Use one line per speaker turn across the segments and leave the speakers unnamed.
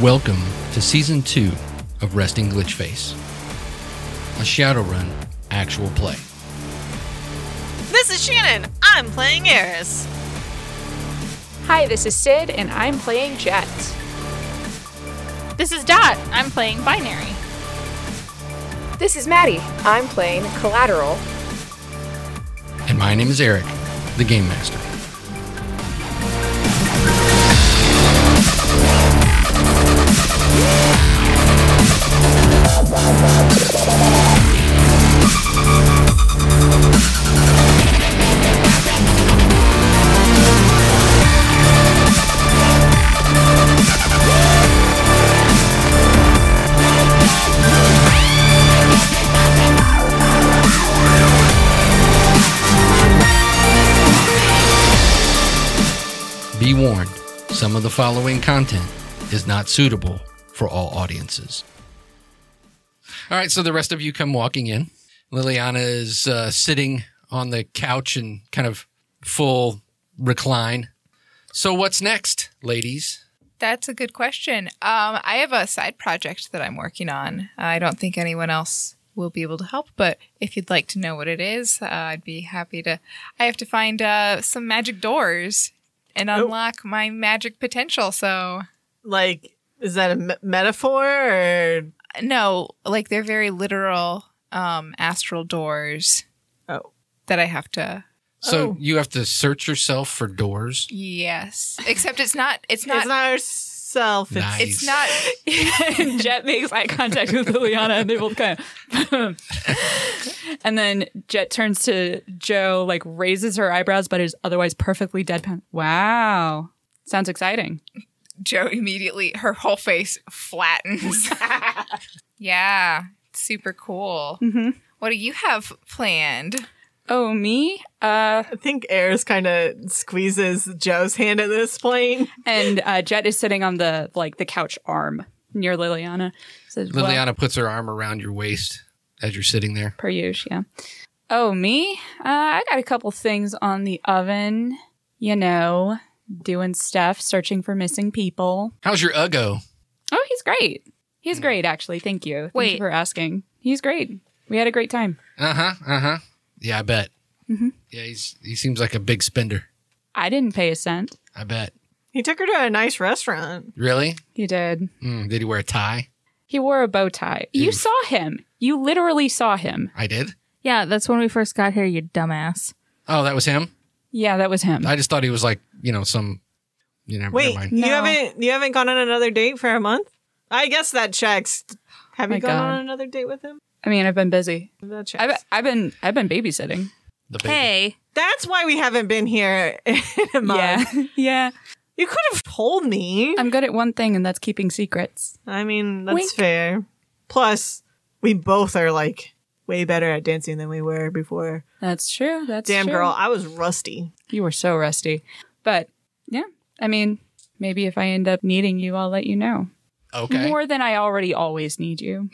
Welcome to Season 2 of Resting Glitch Face, a Shadowrun actual play.
This is Shannon. I'm playing Eris.
Hi, this is Sid, and I'm playing Jet.
This is Dot. I'm playing binary.
This is Maddie. I'm playing Collateral.
And my name is Eric, the Game Master. Be warned, some of the following content is not suitable for all audiences. All right, so the rest of you come walking in. Liliana is uh, sitting on the couch in kind of full recline. So, what's next, ladies?
That's a good question. Um, I have a side project that I'm working on. I don't think anyone else will be able to help, but if you'd like to know what it is, uh, I'd be happy to. I have to find uh, some magic doors and unlock my magic potential. So,
Like, is that a me- metaphor or?
no, like they're very literal um, astral doors
Oh.
that I have to.
So,
Oh.
you have to search yourself for doors.
Yes, except it's not. It's not.
it's not herself. It's,
Nice.
It's not.
Jet makes eye contact with Liliana and they both kind of. and then Jet turns to Joe, like raises her eyebrows, but is otherwise perfectly deadpan. Wow. Sounds exciting.
Joe immediately, her whole face flattens. yeah, super cool.
Mm-hmm.
What do you have planned?
Oh, me? Uh,
I think Eris kind of squeezes Joe's hand at this point.
and uh, Jet is sitting on the like the couch arm near Liliana. Says, well-
Liliana puts her arm around your waist as you're sitting there.
per use, yeah. Oh, me? Uh, I got a couple things on the oven, you know, doing stuff, searching for missing people.
How's your Uggo?
Oh, he's great. He's great, actually. Thank you. Thank you
Wait.
for asking. He's great. We had a great time.
Uh huh. Uh huh. Yeah, I bet. Yeah, he's he seems like a big spender.
I didn't pay a cent.
I bet.
He took her to a nice restaurant.
Really?
He did.
Mm, did he wear a tie?
He wore a bow tie. You
Oof.
saw him. You literally saw him.
I did.
Yeah, that's when we first got here, you dumbass.
Oh, that was him.
Yeah, that was him.
I just thought he was like you know some. You know,
Wait,
never mind.
you
No.
haven't you haven't gone on another date for a month? I guess that checks. Have
My
you gone
God.
on another date with him?
I mean, I've been busy.
That checks.
I've, I've been I've been babysitting.
The baby.
Hey,
That's why we haven't been here in a month.
Yeah, Um, yeah.
You could have told me.
I'm good at one thing, and that's keeping secrets.
I mean, that's
Wink.
fair. Plus, we both are like way better at dancing than we were before.
That's true. That's
Damn,
true.
girl, I was rusty.
You were so rusty. But yeah, I mean, maybe if I end up needing you, I'll let you know.
Okay. More.
More than I already always need you.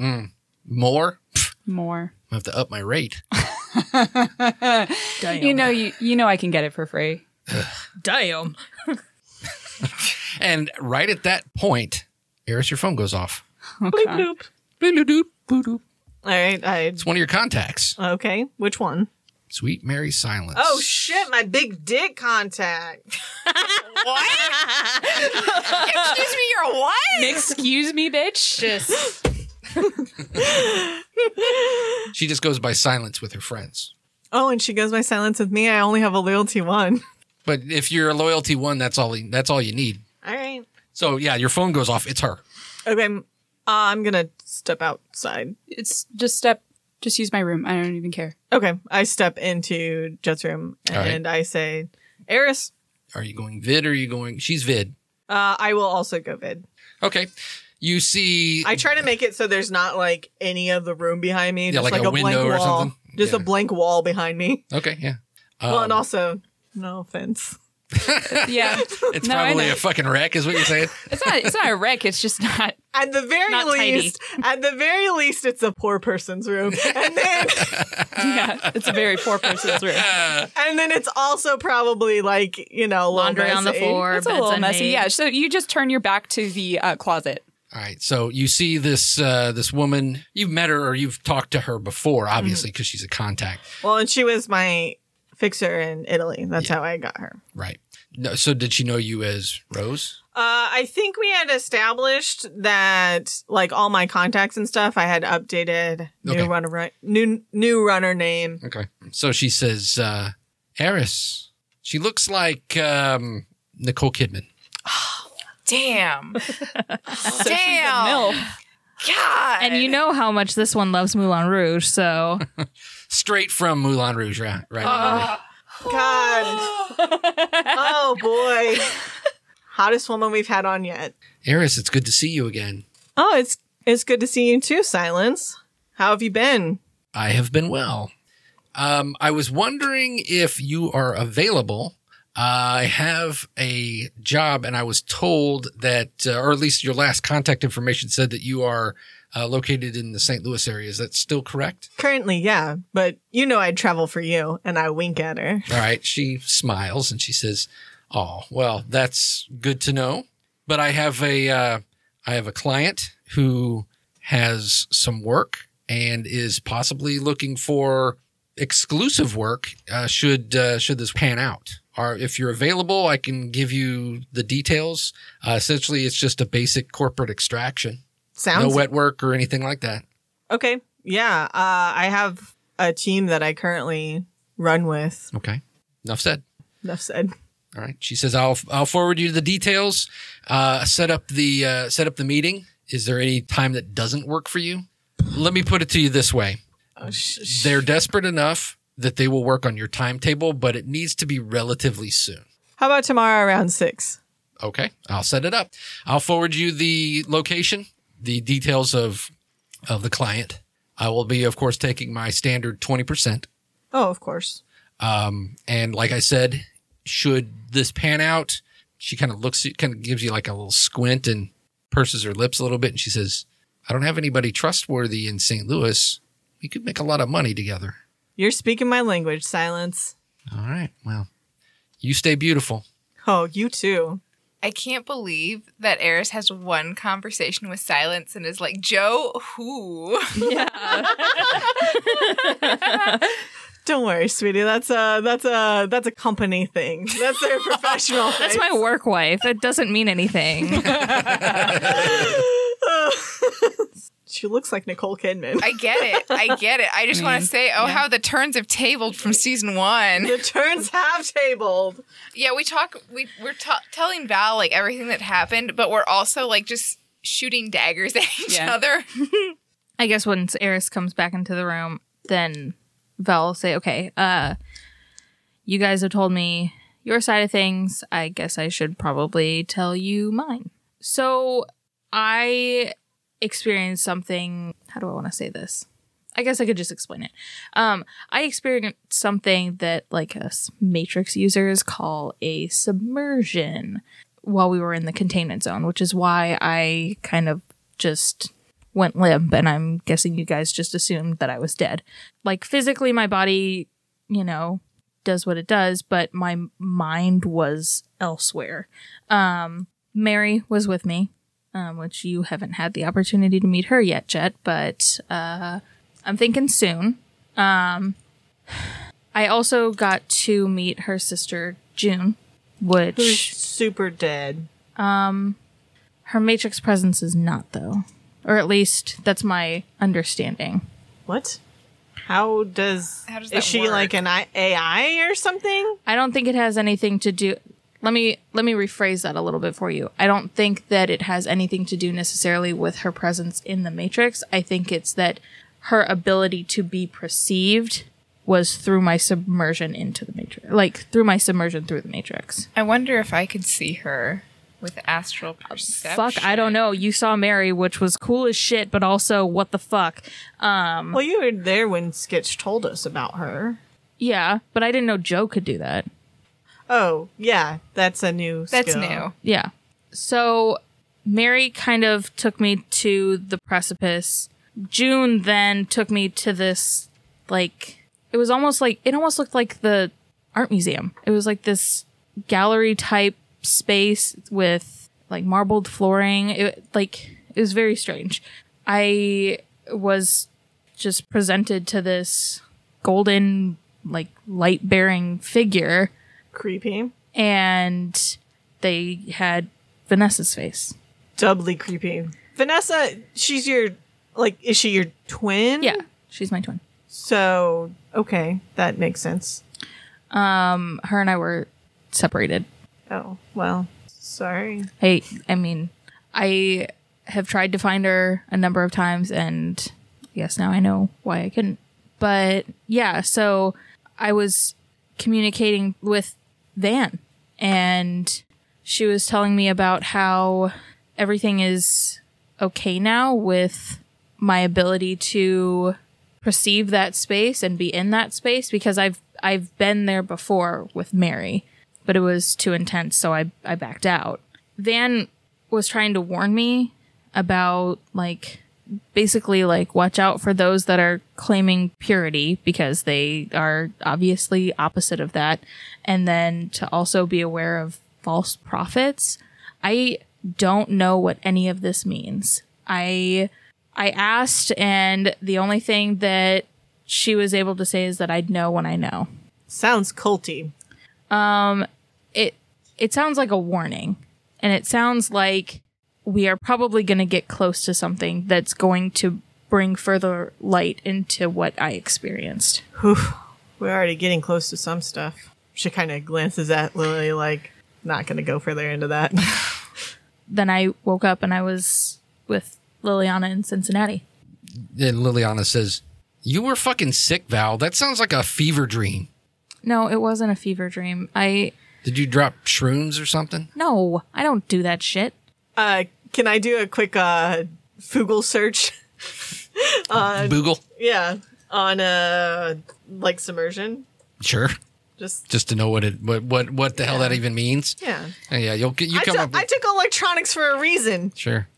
More?
More.
I have to up my rate.
You know, you, you know I can get it for free.
damn.
And right at that point, Eris, your phone goes off.
Oh,
Bloop,
God.
bloop.
Bloop-bloop-bloop, bloop-bloop.
All right, I
It's one of your contacts.
okay. Which one?
Sweet Mary Silence.
Oh shit, my big dick contact.
Excuse me, you're a what?
Excuse me, bitch.
She just goes by Silence with her friends.
Oh, and she goes by silence with me. I only have a loyalty one.
But if you're a loyalty one, that's all. That's all you need.
All right.
So yeah, your phone goes off. It's her.
Okay, m- uh, I'm gonna step outside.
It's just step. Just use my room. I don't even care.
Okay, I step into Jet's room
All right.
and I say, "Eris,
Are you going vid or are you going? She's vid.
uh, I will also go vid."
Okay. You see.
I try to make it so there's not like any of the room behind me.
Yeah,
just
like
like,
a
a,
window or
blank wall.
something?
Just a
Yeah.
blank wall behind me.
okay. Yeah.
well,
Um,
and also, no offense.
Yeah.
it's
No, I
probably
know.
a fucking wreck, is what you're saying.
It's not it's not a wreck. It's just not.
At the very
Not tidy.
least, at the very least, it's a poor person's room, and then
Yeah. It's a very poor person's room.
and then it's also probably like you know a little
Laundry on the
messy.
floor.
It's a
beds
little
unmade.
messy. Yeah. So you just turn your back to the uh, closet.
All right. So you see this uh, this woman. You've met her or you've talked to her before,
Mm.
obviously, because she's a contact,
Well, and she was my fixer in Italy. That's how I got her.
right? No, so did she know you as Rose?
Uh, I think we had established that, like all my contacts and stuff, I had updated new
Okay.
runner ri- new new runner name.
Okay. So she says, uh, "Eris, she looks like um, Nicole Kidman."
Damn. Damn.
Milf.
God.
And you know how much this one loves Moulin Rouge, so
Straight from Moulin Rouge, right? right
Uh,
God, oh boy, hottest woman we've had on yet.
Eris, it's good to see you again.
Oh, it's it's good to see you too, Silence. How have you been?
I have been well. Um, I was wondering if you are available. I have a job, and I was told that, uh, or at least your last contact information said that you are uh, located in the St. Louis area. Is that still correct?
Currently, yeah, but you know I'd travel for you, and I wink at her.
All right. She smiles and she says, "Oh, well, that's good to know. But I have a, uh, I have a client who has some work and is possibly looking for exclusive work. Uh, should uh, should this pan out? Or if you're available, I can give you the details. Uh, essentially, it's just a basic corporate extraction.
Sounds
no wet work or anything like that.
okay. Yeah, uh, I have a team that I currently run with.
Okay. Enough said.
Enough said.
All right. She says, "I'll I'll forward you the details. Uh, set up the uh, set up the meeting. Is there any time that doesn't work for you? Let me put it to you this way:
Oh, sh- sh-
They're desperate enough that they will work on your timetable, but it needs to be relatively soon.
How about tomorrow around six?
Okay, I'll set it up. I'll forward you the location, the details of of the client. I will be, of course, taking my standard twenty percent.
Oh, of course.
Um, and like I said, should this pan out, she kind of looks, kind of gives you like a little squint and purses her lips a little bit. And she says, I don't have anybody trustworthy in St. Louis. We could make a lot of money together.
You're speaking my language, Silence.
All right. Well, you stay beautiful.
Oh, you too.
I can't believe that Eris has one conversation with Silence and is like, Joe, who?
Don't worry, sweetie. That's a that's a that's a company thing. That's their professional.
that's my work wife. It doesn't mean anything.
she looks like Nicole Kidman.
I get it. I get it. I just want to say, oh, how the turns have tabled from season one.
the turns have tabled.
Yeah, we talk. We we're ta- telling Val like everything that happened, but we're also like just shooting daggers at each
Yeah.
other.
I guess once Eris comes back into the room, then Val will say, Okay, uh you guys have told me your side of things. I guess I should probably tell you mine. So I experienced something how do I want to say this? I guess I could just explain it. Um, I experienced something that like us Matrix users call a submersion while we were in the containment zone, which is why I kind of just went limp and I'm guessing you guys just assumed that I was dead. Like physically my body, you know, does what it does, but my mind was elsewhere. Um Mary was with me, um, which you haven't had the opportunity to meet her yet, Jet, but uh I'm thinking soon. Um I also got to meet her sister June, which
Who's super dead.
her matrix presence is not though or at least that's my understanding
What? How does,
How does that
is she
work?
like an I- AI or something?
i don't think it has anything to do let me let me rephrase that a little bit for you i don't think that it has anything to do necessarily with her presence in the matrix i think it's that her ability to be perceived was through my submersion into the matrix like through my submersion through the matrix
I wonder if I could see her with astral perception.
fuck i don't know you saw mary which was cool as shit but also what the fuck
Well, you were there when Skitch told us about her.
yeah but i didn't know joe could do that
Oh, yeah, that's a new
That's
skill.
new.
Yeah. So Mary kind of took me to the precipice. June then took me to this like it was almost like it almost looked like the art museum. It was like this gallery type space with like marbled flooring. It like it It was very strange. I was just presented to this golden, like, light bearing figure,
Creepy.
and they had Vanessa's face.
Doubly creepy. Vanessa, she's your, like, is she your twin?
Yeah, she's my twin.
So, okay, that makes sense.
Um, her and I were separated
Oh, well, sorry.
I I mean, I have tried to find her a number of times and yes, now I know why I couldn't. But yeah, so I was communicating with Van and she was telling me about how everything is okay now with my ability to perceive that space and be in that space because I've I've been there before with Mary, but it was too intense, so I I backed out. Van was trying to warn me about like basically like watch out for those that are claiming purity because they are obviously opposite of that and then to also be aware of false prophets. I don't know what any of this means. I I asked and the only thing that she was able to say is that I'd know when I know.
Sounds culty.
it it sounds like a warning and it sounds like we are probably going to get close to something that's going to bring further light into what i experienced
We're already getting close to some stuff. She kind of glances at Lily, like, not going to go further into that.
then i woke up and i was with liliana in cincinnati
Then Liliana says, You were fucking sick, Val. That sounds like a fever dream.
no it wasn't a fever dream i
Did you drop shrooms or something?
no i don't do that shit
uh, can I do a quick uh, Google search? Uh,
Boogle?
yeah, on uh, like submersion.
Sure.
Just
Just to know what it what what, what the hell that even means.
yeah.
Uh, Yeah, you'll get you
I
come
took-
up
I
with
took electronics for a reason.
sure.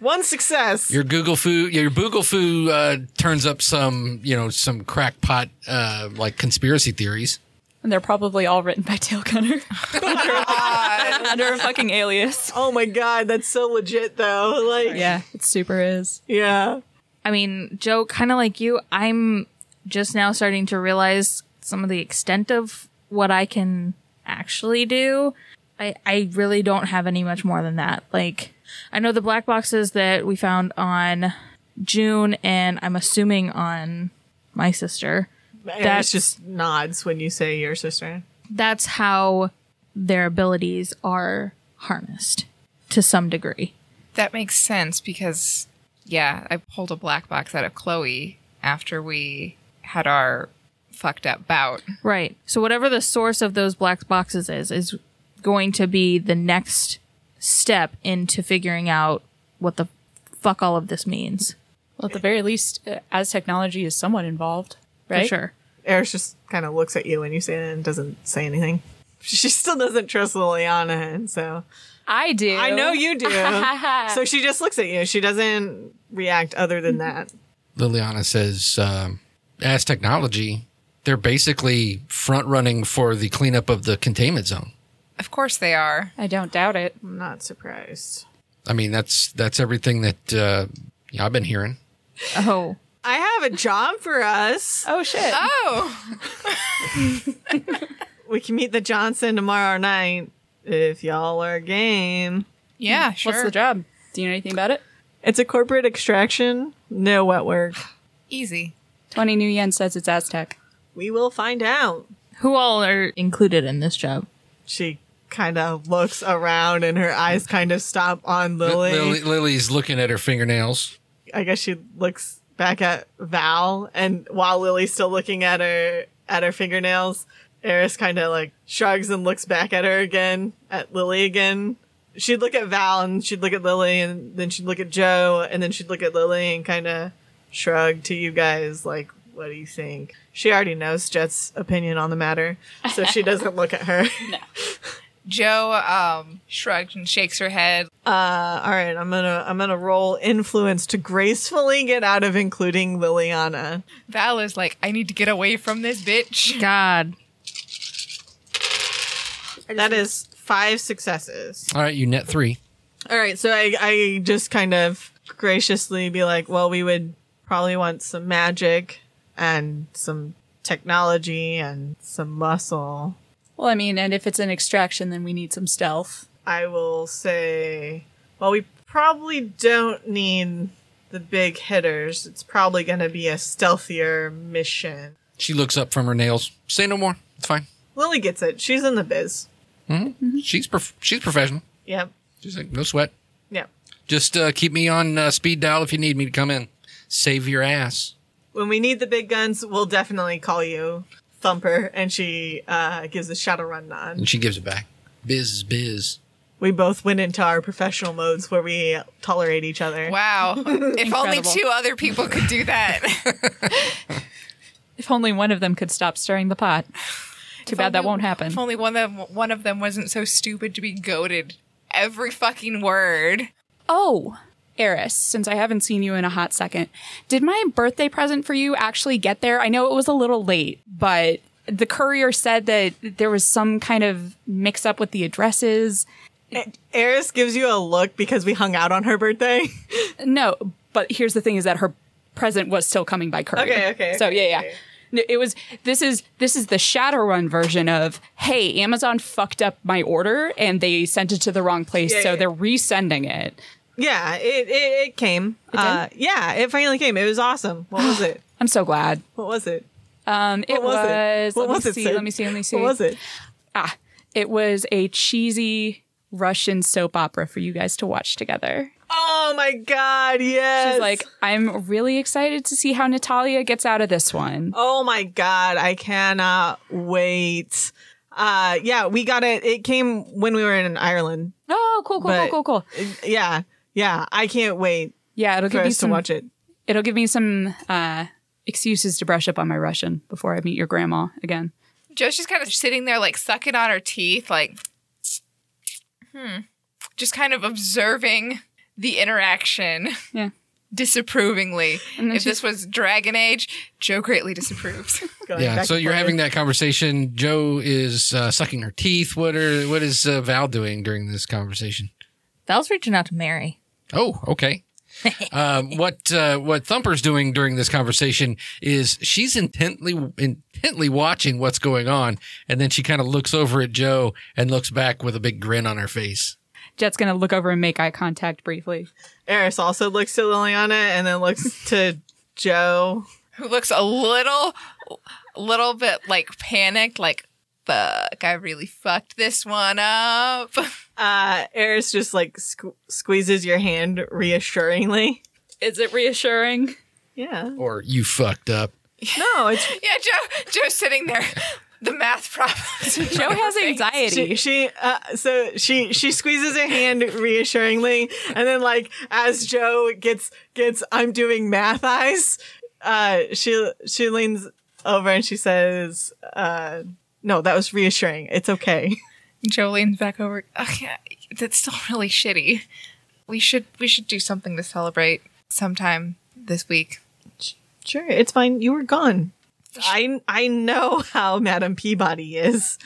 One success.
Your Google foo your Google foo uh, turns up some, you know, some crackpot uh, like conspiracy theories.
And they're probably all written by Tail Gunner under, under a fucking alias.
oh my god, that's so legit though. Like, yeah.
Yeah, it super is.
I mean, Joe, kind of like you, I'm just now starting to realize some of the extent of what I can actually do. I, I really don't have any much more than that. Like, I know the black boxes that we found on June and I'm assuming on my sister.
That's
That's-
just nods when you say your sister.
That's how their abilities are harnessed to some degree.
That makes sense because, yeah, I pulled a black box out of Chloe after we had our fucked up bout.
Right. So whatever the source of those black boxes is is going to be the next step into figuring out what the fuck all of this means.
Well, at the very least, uh, as technology is somewhat involved,
For
right?
sure.
Eris just kind of looks at you when you say that and doesn't say anything. She still doesn't trust Liliana, and so
I do.
I know you do. so she just looks at you. She doesn't react other than that.
Liliana says, um, as technology, they're basically front running for the cleanup of the containment zone.
Of course they are.
I don't doubt it.
I'm not surprised.
I mean, that's that's everything that uh, yeah, I've been hearing.
Oh.
I have a job for us.
Oh shit!
Oh,
We can meet the Johnson tomorrow night if y'all are game.
yeah, sure.
What's the job? Do you know anything about it?
It's a corporate extraction. No wet work.
Easy.
Twenty new yen says it's Aztec.
We will find out.
Who all are included in this job?
She kind of looks around and her eyes kind of stop on Lily.
Lily, Lily's looking at her fingernails.
I guess she looks back at Val and while Lily's still looking at her at her fingernails, Eris kind of like shrugs and looks back at her again, at Lily again. She'd look at Val and she'd look at Lily and then she'd look at Joe and then she'd look at Lily and kind of shrug to you guys like what do you think? She already knows Jet's opinion on the matter, so she doesn't look at her.
Joe um, shrugged and shakes her head.
Uh, all right, I'm gonna I'm gonna roll influence to gracefully get out of including Liliana.
Val is like, I need to get away from this bitch.
God.
That is five successes.
All right, you net three.
All right, so I, I just kind of graciously be like, well, we would probably want some magic and some technology and some muscle.
Well, I mean, and if it's an extraction, then we need some stealth.
I will say, well, we probably don't need the big hitters. It's probably going to be a stealthier mission.
She looks up from her nails. Say no more. It's fine.
Lily gets it. She's in the biz.
She's prof- she's professional.
Yep.
She's like, no sweat.
Yep.
Just uh, keep me on uh, speed dial if you need me to come in. Save your ass.
When we need the big guns, we'll definitely call you Thumper. And she uh, gives a shadow run nod.
And she gives it back. Biz is biz.
We both went into our professional modes where we tolerate each other.
Wow. if only
Incredible.
two other people could do that.
If only one of them could stop stirring the pot. Too bad that won't happen.
If only one of them, one of them wasn't so stupid to be goaded every fucking word.
Oh, Eris, since I haven't seen you in a hot second, did my birthday present for you actually get there? I know it was a little late, but the courier said that there was some kind of mix up with the addresses.
Eris gives you a look because we hung out on her birthday.
No, but here's the thing is that her present was still coming by courier.
Okay, okay,
So,
okay,
yeah, yeah.
okay.
No, It was this is this is the Shadowrun version of hey Amazon fucked up my order and they sent it to the wrong place
Yeah,
so
yeah.
they're resending it.
yeah, it, it, it came. Uh, yeah, it finally came. It was awesome. What was it?
I'm so glad.
What was it?
Um, it
What was, it? What
let
was
me
it?
see.
sir?
Let me see. Let me see.
What was it?
Ah, it was a cheesy Russian soap opera for you guys to watch together.
Oh my god! Yes.
She's like, I'm really excited to see how Natalia gets out of this one.
Oh my god, I cannot wait. Uh yeah, we got it. It came when we were in Ireland.
Oh, cool, cool,
But-
cool, cool, cool.
Yeah. Yeah, I can't wait
Yeah, it'll
for
give me
us to
some.
watch it.
It'll give me some uh, excuses to brush up on my Russian before I meet your grandma again.
Joe's just kind of sitting there, like sucking on her teeth, like, hmm, just kind of observing the interaction
Yeah.
disapprovingly.
And then
If this was Dragon Age, Joe greatly disapproves.
Going
yeah.
back
So
and
you're
forth.
having that conversation. Joe is uh, sucking her teeth. What are what is uh, Val doing during this conversation?
Val's reaching out to Mary.
Oh, okay. um, what uh, what Thumper's doing during this conversation is she's intently intently watching what's going on, and then she kind of looks over at Joe and looks back with a big grin on her face.
Jet's gonna look over and make eye contact briefly.
Eris also looks to Liliana and then looks to Joe.
who looks a little little bit like panicked like fuck i really fucked this one up
Uh, Eris just like squ- squeezes your hand reassuringly.
Is it reassuring?
Yeah.
Or you fucked up.
No, it's
yeah joe joe's sitting there the math problem
Joe has
she,
anxiety.
she uh, so she she squeezes her hand reassuringly and then like as joe gets gets i'm doing math eyes uh she she leans over and she says uh no that was reassuring it's okay
joe leans back over okay that's still really shitty we should we should do something to celebrate sometime this week
sure it's fine you were gone i i know how madam peabody is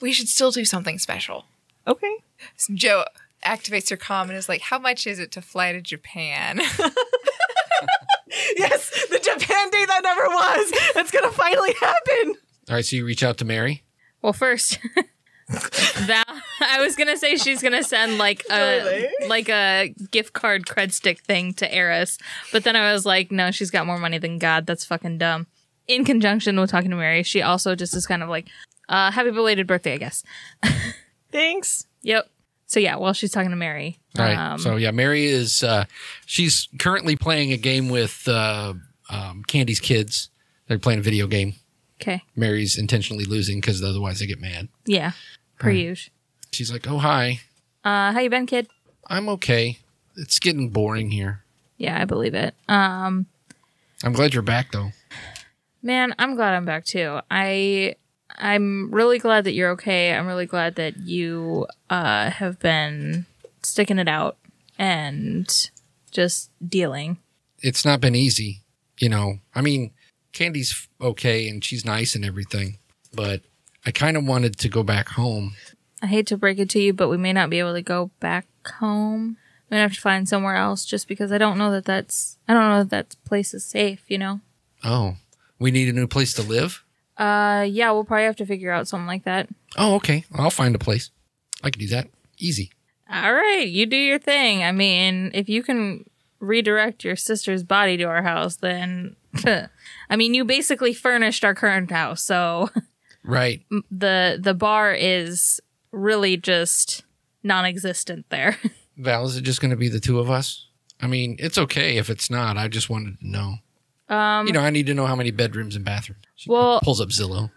we should still do something special
okay
So joe activates her comm and is like how much is it to fly to japan
yes the japan day that never was it's gonna finally happen
All right, so you reach out to Mary.
Well, first, Val. I was gonna say she's gonna send like a
Really?
like a gift card cred stick thing to Eris, but then I was like, no, she's got more money than God. That's fucking dumb. In conjunction with talking to Mary, she also just is kind of like, uh, happy belated birthday, I guess.
thanks
Yep. So yeah, while she's talking to Mary,
All right. so yeah, Mary is uh, she's currently playing a game with uh, um, Candy's kids. They're playing a video game.
okay,
Mary's intentionally losing because otherwise they get mad.
yeah, per usual.
She's like, "Oh hi,
Uh, how you been, kid?
I'm okay. It's getting boring here.
Yeah, I believe it. Um,
I'm glad you're back though."
man, I'm glad I'm back too. I I'm really glad that you're okay. I'm really glad that you uh have been sticking it out and just dealing.
it's not been easy, you know. I mean, Candy's f- okay and she's nice and everything, but I kind of wanted to go back home.
I hate to break it to you, but we may not be able to go back home. I'm gonna have to find somewhere else just because I don't know that that's I don't know that that place is safe. You know.
Oh, we need a new place to live?
Uh, yeah, we'll probably have to figure out something like that.
Oh, okay. I'll find a place. I can do that. Easy.
All right, you do your thing. I mean, if you can redirect your sister's body to our house, then I mean, you basically furnished our current house, so
Right.
the the bar is really just non-existent there.
Val, is it just going to be the two of us? I mean, it's okay if it's not. I just wanted to know. Um, you know, I need to know how many bedrooms and bathrooms. She
Well-
pulls up Zillow.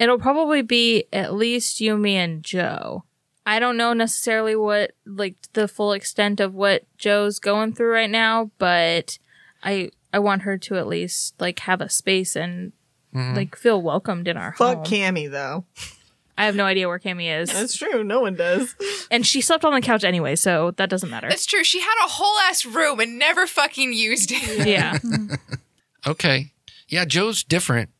It'll probably be at least you, me, and Joe. I don't know necessarily what like the full extent of what Joe's going through right now, but I I want her to at least like have a space and like feel welcomed in our
Fuck
home.
Cammy though.
I have no idea where Cammy is,
That's true. No one does.
and she slept on the couch anyway, so that doesn't matter.
That's true. She had a whole ass room and never fucking used it.
yeah,
Okay. Yeah, Joe's different.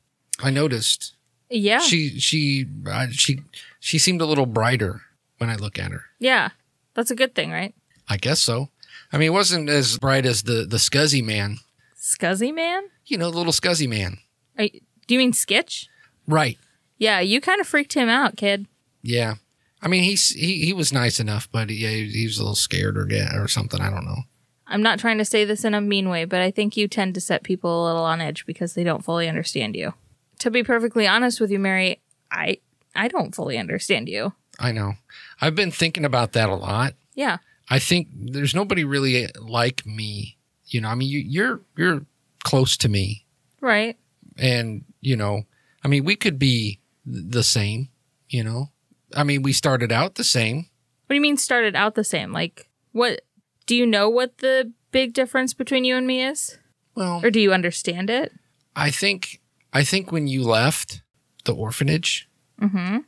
I noticed.
yeah,
She she uh, she she seemed a little brighter when I look at her.
yeah. That's a good thing, right?
I guess so. I mean, it wasn't as bright as the the scuzzy man.
Scuzzy man?
You know, the little scuzzy man.
Are you, do you mean Skitch?
Right.
Yeah, you kind of freaked him out, kid.
Yeah. I mean, he's he, he was nice enough, but yeah, he, he was a little scared or or something. I don't know.
I'm not trying to say this in a mean way, but I think you tend to set people a little on edge because they don't fully understand you. To be perfectly honest with you, Mary, I I don't fully understand you.
I know. I've been thinking about that a lot.
Yeah.
I think there's nobody really eh, like me. You know, I mean, you, you're you're close to me,
Right.
and you know, I mean, we could be the same. You know, I mean, we started out the same.
What do you mean started out the same? Like what do you know what the big difference between you and me is?
Well,
Or do you understand it?
I think I think when you left the orphanage
Mm-hmm,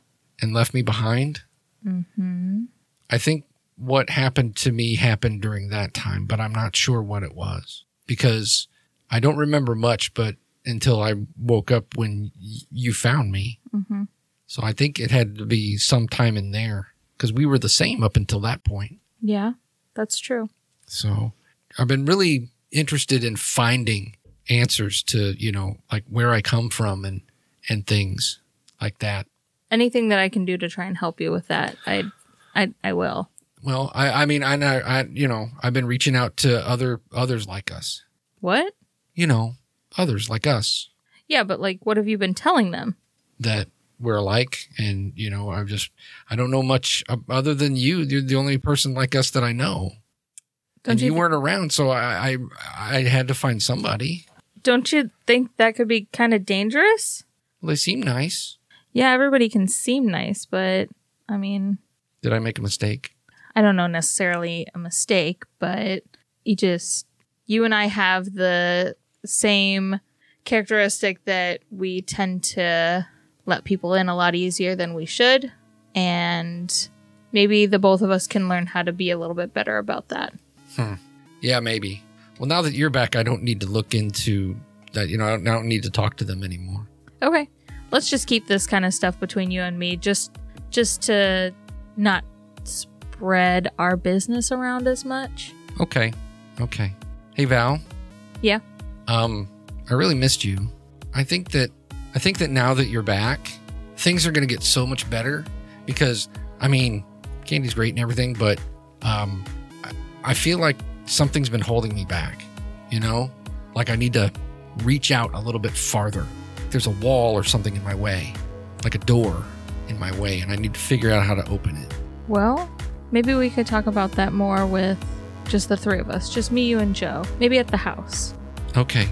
and left me behind, I think what happened to me happened during that time, but I'm not sure what it was because I don't remember much. But until I woke up when y- you found me,
mm-hmm.
so I think it had to be some time in there because we were the same up until that point.
Yeah, that's true.
So I've been really interested in finding answers to, you know, like where I come from and and things like that.
Anything that I can do to try and help you with that, I I I will.
Well, I, I mean, I, know- I, you know, I've been reaching out to other others like us,
What?
you know, others like us
Yeah, but like what have you been telling them?
that we're alike. And, you know, I've just, I don't know much uh, other than you. You're the only person like us that I know.
Don't
and you,
you thi-
weren't around. So I, I, I had to find somebody.
Don't you think that could be kind of dangerous?
Well, they seem nice.
Yeah, everybody can seem nice, but I mean,
Did I make a mistake?
I don't know necessarily a mistake, but you just, you and I have the same characteristic that we tend to let people in a lot easier than we should. And maybe the both of us can learn how to be a little bit better about that.
Yeah, maybe. Well, now that you're back, I don't need to look into that. You know, I don't, I don't need to talk to them anymore.
Okay. Let's just keep this kind of stuff between you and me just just to not spread our business around as much.
Okay. Okay. Hey, Val.
Yeah.
Um, I really missed you. I think that I think that now that you're back, things are going to get so much better because I mean, candy's great and everything, but um, I, I feel like something's been holding me back. You know, like I need to reach out a little bit farther. There's a wall or something in my way, like a door in my way, and I need to figure out how to open it.
Well, maybe we could talk about that more with just the three of us, just me, you and Joe. Maybe at the house.
Okay.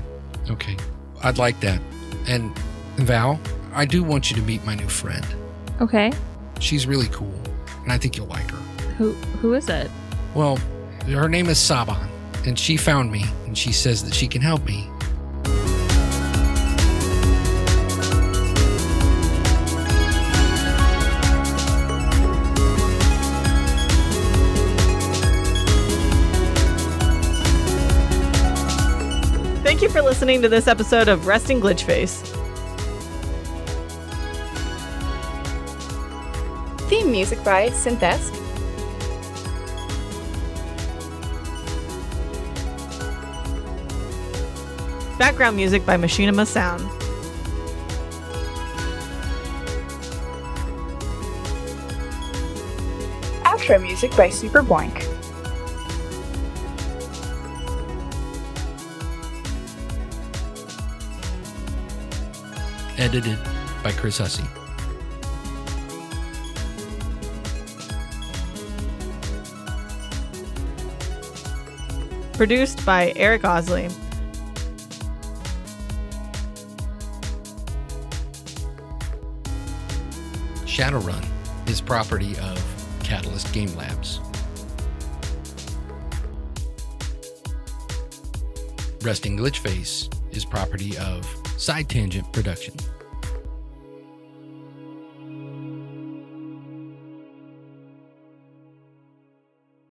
Okay. I'd like that. And Val, I do want you to meet my new friend.
Okay.
She's really cool, and I think you'll like her.
Who who is it?
Well, her name is Saban, and she found me, and she says that she can help me.
Thank you for listening to this episode of Resting Glitchface.
Theme music by Synthesk.
Background music by Machinima Sound.
Outro music by Super Boink.
Edited by Chris Hussey.
Produced by Eric Osley.
Shadowrun is property of Catalyst Game Labs. Resting Glitch Face is property of Side Tangent Productions.